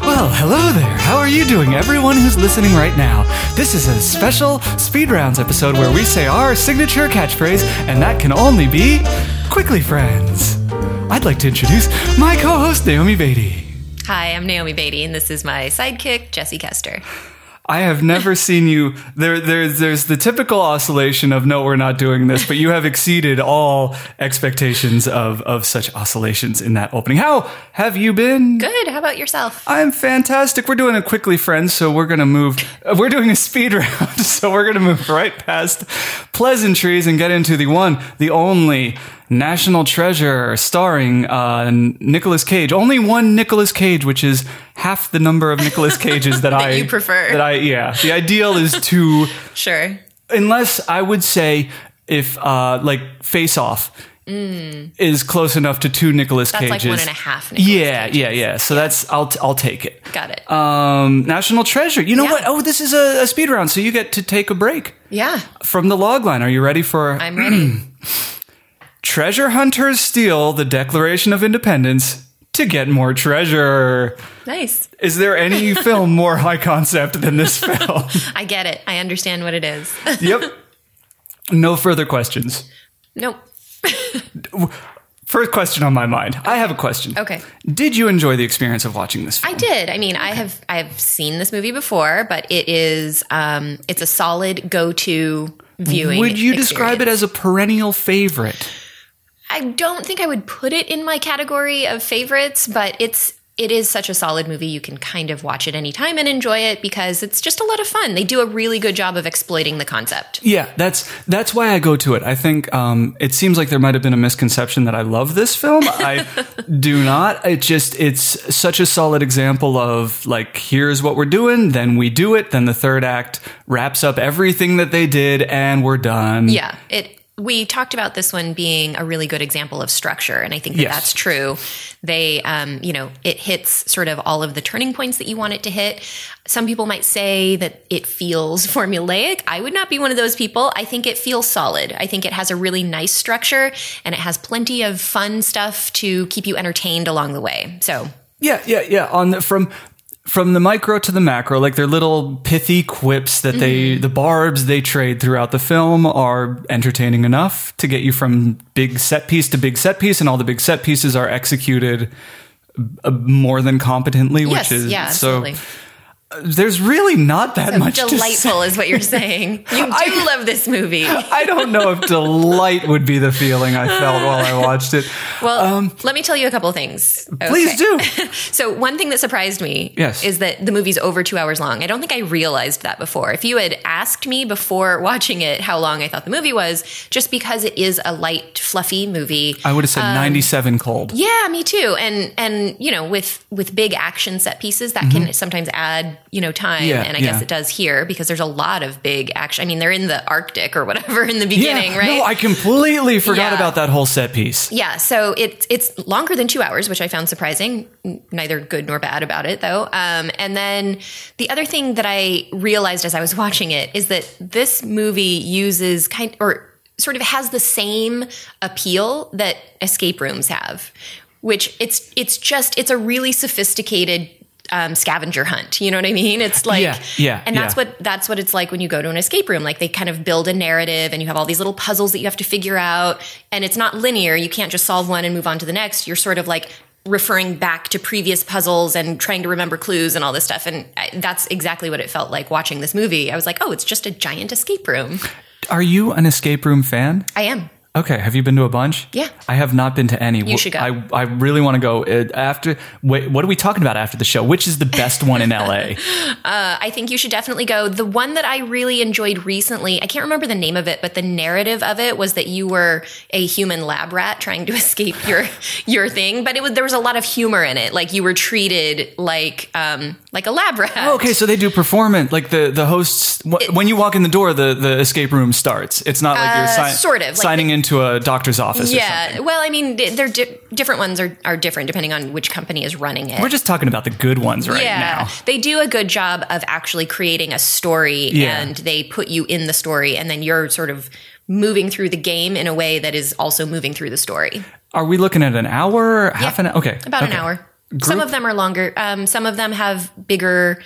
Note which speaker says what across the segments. Speaker 1: Well, hello there. How are you doing, everyone who's listening right now? This is a special Speed Rounds episode where we say our signature catchphrase, and that can only be quickly, friends. I'd like to introduce my co host, Naomi Beatty.
Speaker 2: Hi, I'm Naomi Beatty, and this is my sidekick, Jesse Kester.
Speaker 1: I have never seen you. There, there, there's the typical oscillation of no, we're not doing this, but you have exceeded all expectations of of such oscillations in that opening. How have you been?
Speaker 2: Good. How about yourself?
Speaker 1: I'm fantastic. We're doing it quickly, friends. So we're gonna move. uh, We're doing a speed round. So we're gonna move right past pleasantries and get into the one, the only national treasure starring uh, Nicolas Cage. Only one Nicolas Cage, which is half the number of Nicolas Cages that, I
Speaker 2: you prefer.
Speaker 1: That I yeah. The ideal is two
Speaker 2: Sure.
Speaker 1: unless I would say if uh like Face Off is close enough to two Nicolas
Speaker 2: Mm. That's
Speaker 1: Cages.
Speaker 2: like one and a half Nicolas
Speaker 1: yeah, yeah, yeah. So that's I'll I'll take it.
Speaker 2: Got it.
Speaker 1: Um, National Treasure. You know
Speaker 2: Yeah.
Speaker 1: what? Oh, this is a, a speed round, so you get to take a break
Speaker 2: yeah,
Speaker 1: from the log line. Are you ready for
Speaker 2: I'm ready.
Speaker 1: treasure hunters steal the Declaration of Independence to get more treasure?
Speaker 2: nice.
Speaker 1: Is there any film more high concept than this film?
Speaker 2: I get it. I understand what it is.
Speaker 1: yep. No further questions.
Speaker 2: nope.
Speaker 1: First question on my mind. I have a question.
Speaker 2: Okay.
Speaker 1: Did you enjoy the experience of watching this film?
Speaker 2: I did. I mean, I have I have seen this movie before, but it is um it's a solid go-to viewing.
Speaker 1: Would you describe it as
Speaker 2: experience.
Speaker 1: a perennial favorite?
Speaker 2: I don't think I would put it in my category of favorites, but it's it is such a solid movie. You can kind of watch it anytime and enjoy it because it's just a lot of fun. They do a really good job of exploiting the concept.
Speaker 1: Yeah, that's that's why I go to it. I think um, it seems like there might have been a misconception that I love this film. I do not. It just it's such a solid example of like here's what we're doing, then we do it, then the third act wraps up everything that they did, and we're done.
Speaker 2: Yeah, it. We talked about this one being a really good example of structure, and I think that
Speaker 1: Yes.
Speaker 2: that's true. They, um, you know, it hits sort of all of the turning points that you want it to hit. Some people might say that it feels formulaic. I would not be one of those people. I think it feels solid. I think it has a really nice structure, and it has plenty of fun stuff to keep you entertained along the way. So
Speaker 1: Yeah, yeah, yeah. On the, from from the micro to the macro, like their little pithy quips that
Speaker 2: Mm-hmm.
Speaker 1: they the barbs they trade throughout the film are entertaining enough to get you from big set piece to big set piece, and all the big set pieces are executed uh, more than competently,
Speaker 2: yes,
Speaker 1: which is
Speaker 2: yeah,
Speaker 1: so.
Speaker 2: absolutely.
Speaker 1: There's really not that much to say.
Speaker 2: Delightful is what you're saying. You do
Speaker 1: I-
Speaker 2: love this movie.
Speaker 1: I don't know if delight would be the feeling I felt while I watched it.
Speaker 2: Well, let me tell you a couple of things.
Speaker 1: Um, Please do.
Speaker 2: So one thing that surprised me
Speaker 1: Yes.
Speaker 2: is that the movie's over two hours long. I don't think I realized that before. If you had asked me before watching it how long I thought the movie was, just because it is a light, fluffy movie.
Speaker 1: I would have said 97 cold.
Speaker 2: yeah, me too. And and you know, with with big action set pieces, that can sometimes add you know time.
Speaker 1: Mm-hmm. Yeah,
Speaker 2: and I
Speaker 1: yeah.
Speaker 2: guess it does here because there's a lot of big action. I mean, they're in the Arctic or whatever in the beginning,
Speaker 1: yeah.
Speaker 2: right?
Speaker 1: No, I completely forgot
Speaker 2: Yeah.
Speaker 1: about that whole set piece.
Speaker 2: Yeah, so it's it's longer than two hours, which I found surprising. N- Neither good nor bad about it, though. Um, and then the other thing that I realized as I was watching it is that this movie uses kind or sort of has the same appeal that escape rooms have, which it's it's just it's a really sophisticated um, scavenger hunt. You know what I mean? It's like
Speaker 1: Yeah, yeah,
Speaker 2: and that's
Speaker 1: yeah.
Speaker 2: what but that's what it's like when you go to an escape room. Like they kind of build a narrative and you have all these little puzzles that you have to figure out. And it's not linear. You can't just solve one and move on to the next. You're sort of like referring back to previous puzzles and trying to remember clues and all this stuff. And I, that's exactly what it felt like watching this movie. I was like, oh, it's just a giant escape room.
Speaker 1: Are you an escape room fan?
Speaker 2: I am.
Speaker 1: Okay, have you been to a bunch?
Speaker 2: Yeah.
Speaker 1: I have not been to any. You
Speaker 2: should go.
Speaker 1: I, I really want to go Uh, after. Wait, what are we talking about after the show? Which is the best one in LA?
Speaker 2: I think you should definitely go. The one that I really enjoyed recently, I can't remember the name of it, but the narrative of it was that you were a human lab rat trying to escape your your thing. But it was there was a lot of humor in it. Like you were treated like um like a lab rat.
Speaker 1: Oh, okay, so they do performance. Like the the hosts, wh- when you walk in the door, the, the escape room starts. It's not like you're
Speaker 2: Uh,
Speaker 1: si-
Speaker 2: sort of, like
Speaker 1: signing into a doctor's office. or something.
Speaker 2: Yeah. Well, I mean, di- they're di- different ones are, are different depending on which company is running it.
Speaker 1: we're just talking about the good ones right now.
Speaker 2: They do a good job of actually creating a story
Speaker 1: Yeah.
Speaker 2: and they put you in the story and then you're sort of moving through the game in a way that is also moving through the story.
Speaker 1: Are we looking at an hour, half an hour? Okay,
Speaker 2: About
Speaker 1: okay.
Speaker 2: an hour. Some of them are longer. Um, some of them have bigger,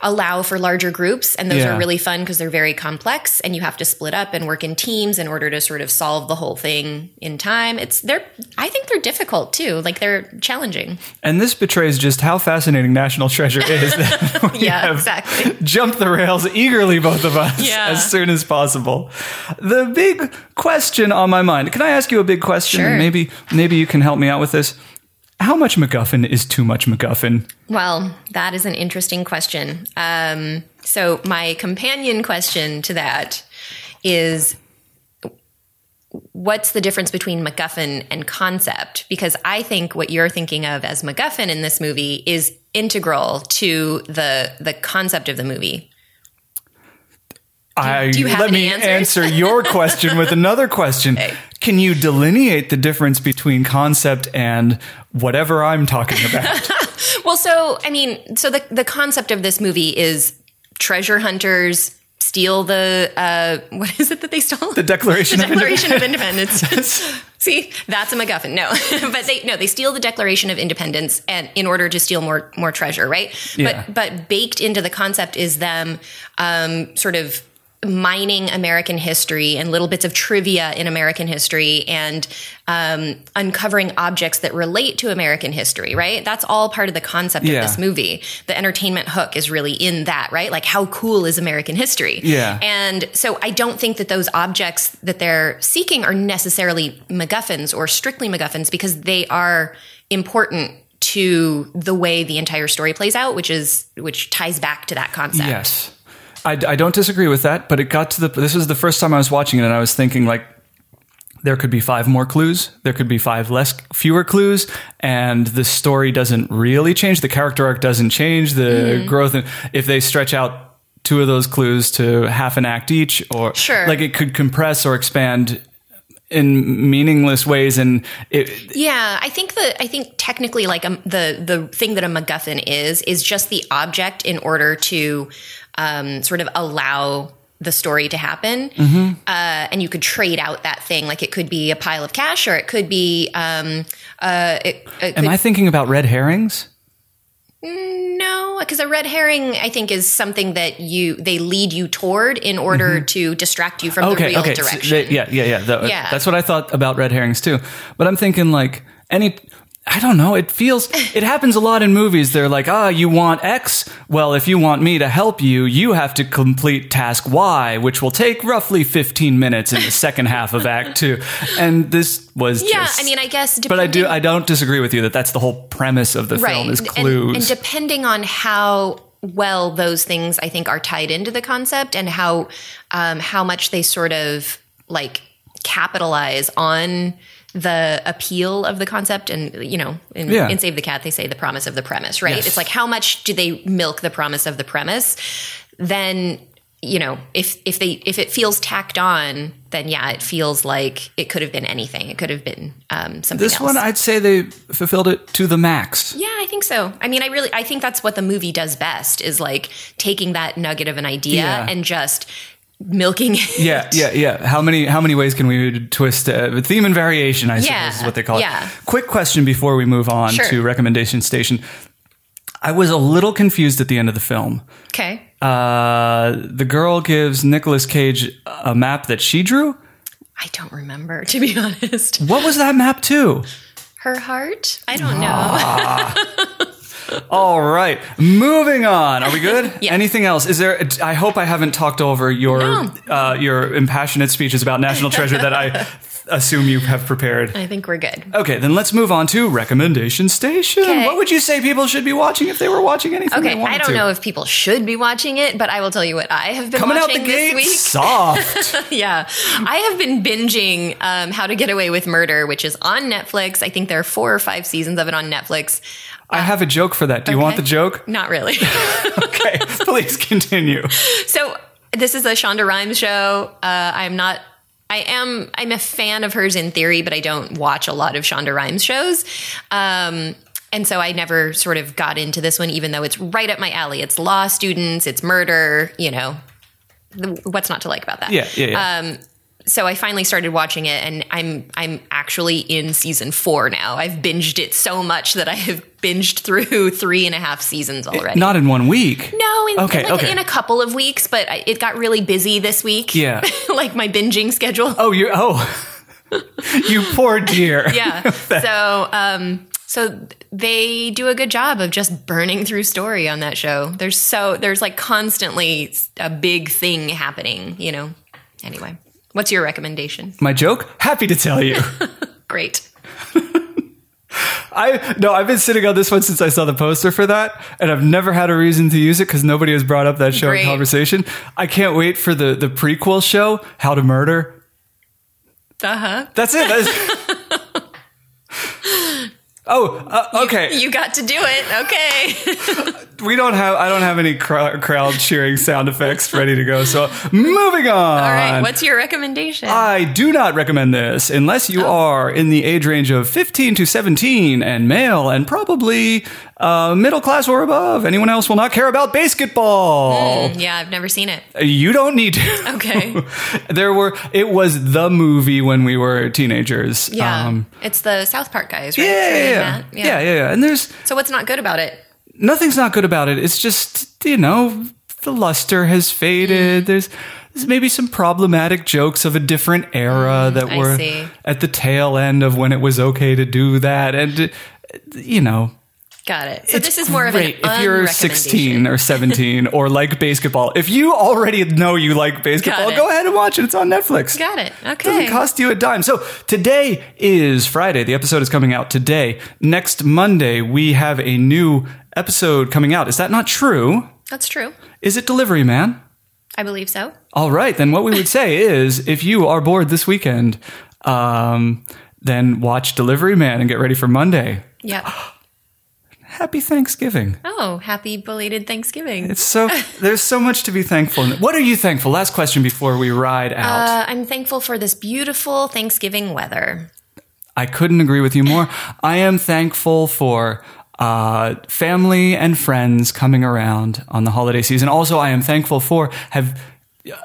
Speaker 2: allow for larger groups, and those
Speaker 1: Yeah.
Speaker 2: are really fun because they're very complex, and you have to split up and work in teams in order to sort of solve the whole thing in time. It's they're I think they're difficult too. Like they're challenging.
Speaker 1: And this betrays just how fascinating National Treasure is. that we
Speaker 2: Yeah,
Speaker 1: have
Speaker 2: exactly.
Speaker 1: Jumped the rails eagerly, both of us,
Speaker 2: Yeah.
Speaker 1: as soon as possible. The big question on my mind. Can I ask you a big question?
Speaker 2: Sure.
Speaker 1: Maybe, maybe you can help me out with this. How much MacGuffin is too much MacGuffin?
Speaker 2: Well, that is an interesting question. Um, so, my companion question to that is what's the difference between MacGuffin and concept? Because I think what you're thinking of as MacGuffin in this movie is integral to the the concept of the movie.
Speaker 1: I,
Speaker 2: do you have
Speaker 1: let
Speaker 2: any
Speaker 1: me
Speaker 2: answers?
Speaker 1: answer your question with another question. Can you delineate the difference between concept and whatever I'm talking about?
Speaker 2: Well, so I mean, so the the concept of this movie is treasure hunters steal the uh, what is it that they stole?
Speaker 1: the Declaration
Speaker 2: the
Speaker 1: of Independence.
Speaker 2: Declaration of Independence. See, that's a MacGuffin. No, but they no, they steal the Declaration of Independence, and in order to steal more more treasure, right?
Speaker 1: Yeah.
Speaker 2: But but baked into the concept is them um, sort of mining American history and little bits of trivia in American history and um, uncovering objects that relate to American history, right? That's all part of the concept
Speaker 1: Yeah.
Speaker 2: of this movie. The entertainment hook is really in that, right? Like how cool is American history?
Speaker 1: Yeah.
Speaker 2: And so I don't think that those objects that they're seeking are necessarily MacGuffins or strictly MacGuffins because they are important to the way the entire story plays out, which is which ties back to that concept.
Speaker 1: Yes. I, I don't disagree with that, but it got to the. This was the first time I was watching it, and I was thinking, like, there could be five more clues, there could be five less, fewer clues, and the story doesn't really change. The character arc doesn't change. The
Speaker 2: Mm-hmm.
Speaker 1: growth, in, if they stretch out two of those clues to half an act each, or
Speaker 2: Sure.
Speaker 1: like it could compress or expand in meaningless ways, and it,
Speaker 2: Yeah, I think the I think technically like um, the the thing that a MacGuffin is is just the object in order to um, sort of allow the story to happen, uh, and you could trade out that thing. Like it could be a pile of cash, or it could be um, uh, it, it
Speaker 1: am I thinking about red herrings?
Speaker 2: no, because a red herring, I think, is something that you they lead you toward in order to distract you from the real
Speaker 1: Mm-hmm. okay. so
Speaker 2: direction.
Speaker 1: they- yeah, yeah, yeah, The-
Speaker 2: Yeah.
Speaker 1: That's what I thought about red herrings too. But I'm thinking like any. I don't know. It feels it happens a lot in movies. They're like, ah, you want X. Well, if you want me to help you, you have to complete task Y, which will take roughly 15 minutes in the second half of Act Two. And this was
Speaker 2: yeah,
Speaker 1: just.
Speaker 2: I mean, I guess.
Speaker 1: but I do.
Speaker 2: depending-
Speaker 1: I don't disagree with you that that's the whole premise of the film is
Speaker 2: And-
Speaker 1: clues.
Speaker 2: And, depending on how well those things I think are tied into the concept and how um, how much they sort of like capitalize on the appeal of the concept and you know in,
Speaker 1: Yeah.
Speaker 2: in save the cat they say the promise of the premise right
Speaker 1: Yes.
Speaker 2: it's like how much do they milk the promise of the premise then you know if if they if it feels tacked on then yeah it feels like it could have been anything it could have been um something
Speaker 1: this
Speaker 2: else.
Speaker 1: one, I'd say they fulfilled it to the max.
Speaker 2: Yeah, I think so. I mean, I really I think that's what the movie does best is like taking that nugget of an idea
Speaker 1: Yeah.
Speaker 2: and just milking it.
Speaker 1: Yeah, yeah, yeah. How many how many ways can we twist uh, theme and variation? I
Speaker 2: Yeah,
Speaker 1: suppose is what they call
Speaker 2: yeah.
Speaker 1: it. Quick question before we move on
Speaker 2: Sure.
Speaker 1: to recommendation station. I was a little confused at the end of the film.
Speaker 2: Okay.
Speaker 1: Uh, the girl gives Nicolas Cage a map that she drew.
Speaker 2: I don't remember to be honest.
Speaker 1: What was that map to?
Speaker 2: Her heart? I don't know.
Speaker 1: Ah. All right, moving on. Are we good?
Speaker 2: Yeah.
Speaker 1: Anything else? Is there? I hope I haven't talked over your uh, your impassionate speeches about National Treasure that I assume you have prepared.
Speaker 2: I think we're good.
Speaker 1: Okay, then let's move on to recommendation station.
Speaker 2: Okay.
Speaker 1: What would you say people should be watching if they were watching anything? they
Speaker 2: Okay,
Speaker 1: wanted
Speaker 2: I don't
Speaker 1: to?
Speaker 2: know if people should be watching it, but I will tell you what I have been
Speaker 1: Coming out
Speaker 2: watching
Speaker 1: the gate
Speaker 2: this
Speaker 1: soft.
Speaker 2: week. yeah. I have been binging um, How to Get Away with Murder, which is on Netflix. I think there are four or five seasons of it on Netflix.
Speaker 1: I have a joke for that. Do you want the
Speaker 2: Okay.
Speaker 1: joke?
Speaker 2: Not really.
Speaker 1: Okay, please continue.
Speaker 2: So this is a Shonda Rhimes show. Uh, I'm not. I am. I'm a fan of hers in theory, but I don't watch a lot of Shonda Rhimes shows. Um, and so I never sort of got into this one, even though it's right up my alley. It's law students, it's murder. You know, The- what's not to like about that?
Speaker 1: Yeah, yeah, yeah.
Speaker 2: Um, so I finally started watching it, and I'm I'm actually in season four now. I've binged it so much that I have binged through three and a half seasons already.
Speaker 1: Not in one week.
Speaker 2: no, in,
Speaker 1: Okay,
Speaker 2: like,
Speaker 1: okay.
Speaker 2: in a couple of weeks, but I, it got really busy this week.
Speaker 1: Yeah.
Speaker 2: like my binging schedule.
Speaker 1: Oh, you oh, you poor dear.
Speaker 2: yeah. so, um, so they do a good job of just burning through story on that show. There's so there's like constantly a big thing happening, you know. Anyway, what's your recommendation?
Speaker 1: My joke. Happy to tell you.
Speaker 2: Great.
Speaker 1: I no, I've been sitting on this one since I saw the poster for that, and I've never had a reason to use it because nobody has brought up that show
Speaker 2: Great.
Speaker 1: in conversation. I can't wait for the the prequel show, How to Murder.
Speaker 2: Uh huh.
Speaker 1: That's it. That's- oh, uh, okay.
Speaker 2: You got to do it. Okay.
Speaker 1: we don't have. I don't have any cr- crowd cheering sound effects ready to go. So moving on.
Speaker 2: All right. What's your recommendation?
Speaker 1: I do not recommend this unless you
Speaker 2: Oh.
Speaker 1: are in the age range of 15 to 17 and male and probably uh, middle class or above. Anyone else will not care about basketball.
Speaker 2: yeah, I've never seen it.
Speaker 1: You don't need to.
Speaker 2: Hmm. Okay.
Speaker 1: there were. It was the movie when we were teenagers.
Speaker 2: Yeah.
Speaker 1: Um,
Speaker 2: it's the South Park guys, right?
Speaker 1: yeah,
Speaker 2: Doing
Speaker 1: yeah,
Speaker 2: that?
Speaker 1: yeah, yeah, yeah, yeah. And there's
Speaker 2: So what's not good about it?
Speaker 1: nothing's not good about it. It's just you know the luster has
Speaker 2: Mm.
Speaker 1: faded. There's, there's maybe some problematic jokes of a different era that
Speaker 2: Mm, I
Speaker 1: were
Speaker 2: see.
Speaker 1: at the tail end of when it was okay to do that, and uh, you know.
Speaker 2: Got it. So
Speaker 1: it's
Speaker 2: this is more of an
Speaker 1: great if you're 16 or 17 or like basketball. If you already know you like basketball,
Speaker 2: it.
Speaker 1: go ahead and watch it. It's on Netflix.
Speaker 2: Got it. Okay.
Speaker 1: Doesn't cost you a dime. So today is Friday. The episode is coming out today. Next Monday, we have a new episode coming out. Is that not true?
Speaker 2: That's true.
Speaker 1: Is it Delivery Man?
Speaker 2: I believe so.
Speaker 1: All right, then what we would say is if you are bored this weekend, um, then watch Delivery Man and get ready for Monday.
Speaker 2: Yep.
Speaker 1: Happy Thanksgiving.
Speaker 2: Oh, happy belated Thanksgiving.
Speaker 1: It's so there's so much to be thankful. What are you thankful? Last question before we ride out.
Speaker 2: Uh, I'm thankful for this beautiful Thanksgiving weather.
Speaker 1: I couldn't agree with you more. I am thankful for uh, family and friends coming around on the holiday season. Also, I am thankful for have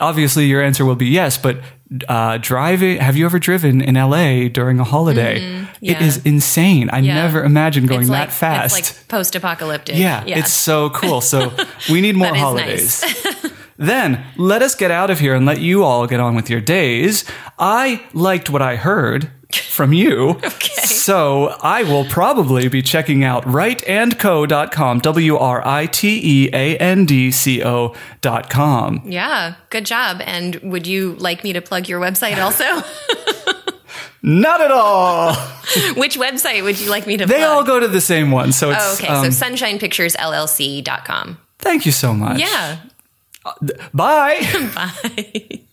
Speaker 1: obviously your answer will be yes, but uh, driving. Have you ever driven in LA during a holiday? It
Speaker 2: Mm-hmm. yeah.
Speaker 1: is insane. I
Speaker 2: Yeah.
Speaker 1: never imagined going
Speaker 2: It's
Speaker 1: that
Speaker 2: like,
Speaker 1: fast.
Speaker 2: It's like post apocalyptic.
Speaker 1: Yeah, it's so cool. So we need more
Speaker 2: That is
Speaker 1: holidays. then let us get out of here and let you all get on with your days. I liked what I heard from you. okay. So I will probably be checking out writeandco.com, W R I T E A N D C O.com.
Speaker 2: yeah. Good job. And would you like me to plug your website also?
Speaker 1: Not at all.
Speaker 2: Which website would you like me to
Speaker 1: They
Speaker 2: plug?
Speaker 1: all go to the same one. So it's.
Speaker 2: Oh, okay.
Speaker 1: um,
Speaker 2: so sunshinepicturesllc.com.
Speaker 1: thank you so much.
Speaker 2: Yeah.
Speaker 1: Bye.
Speaker 2: Bye.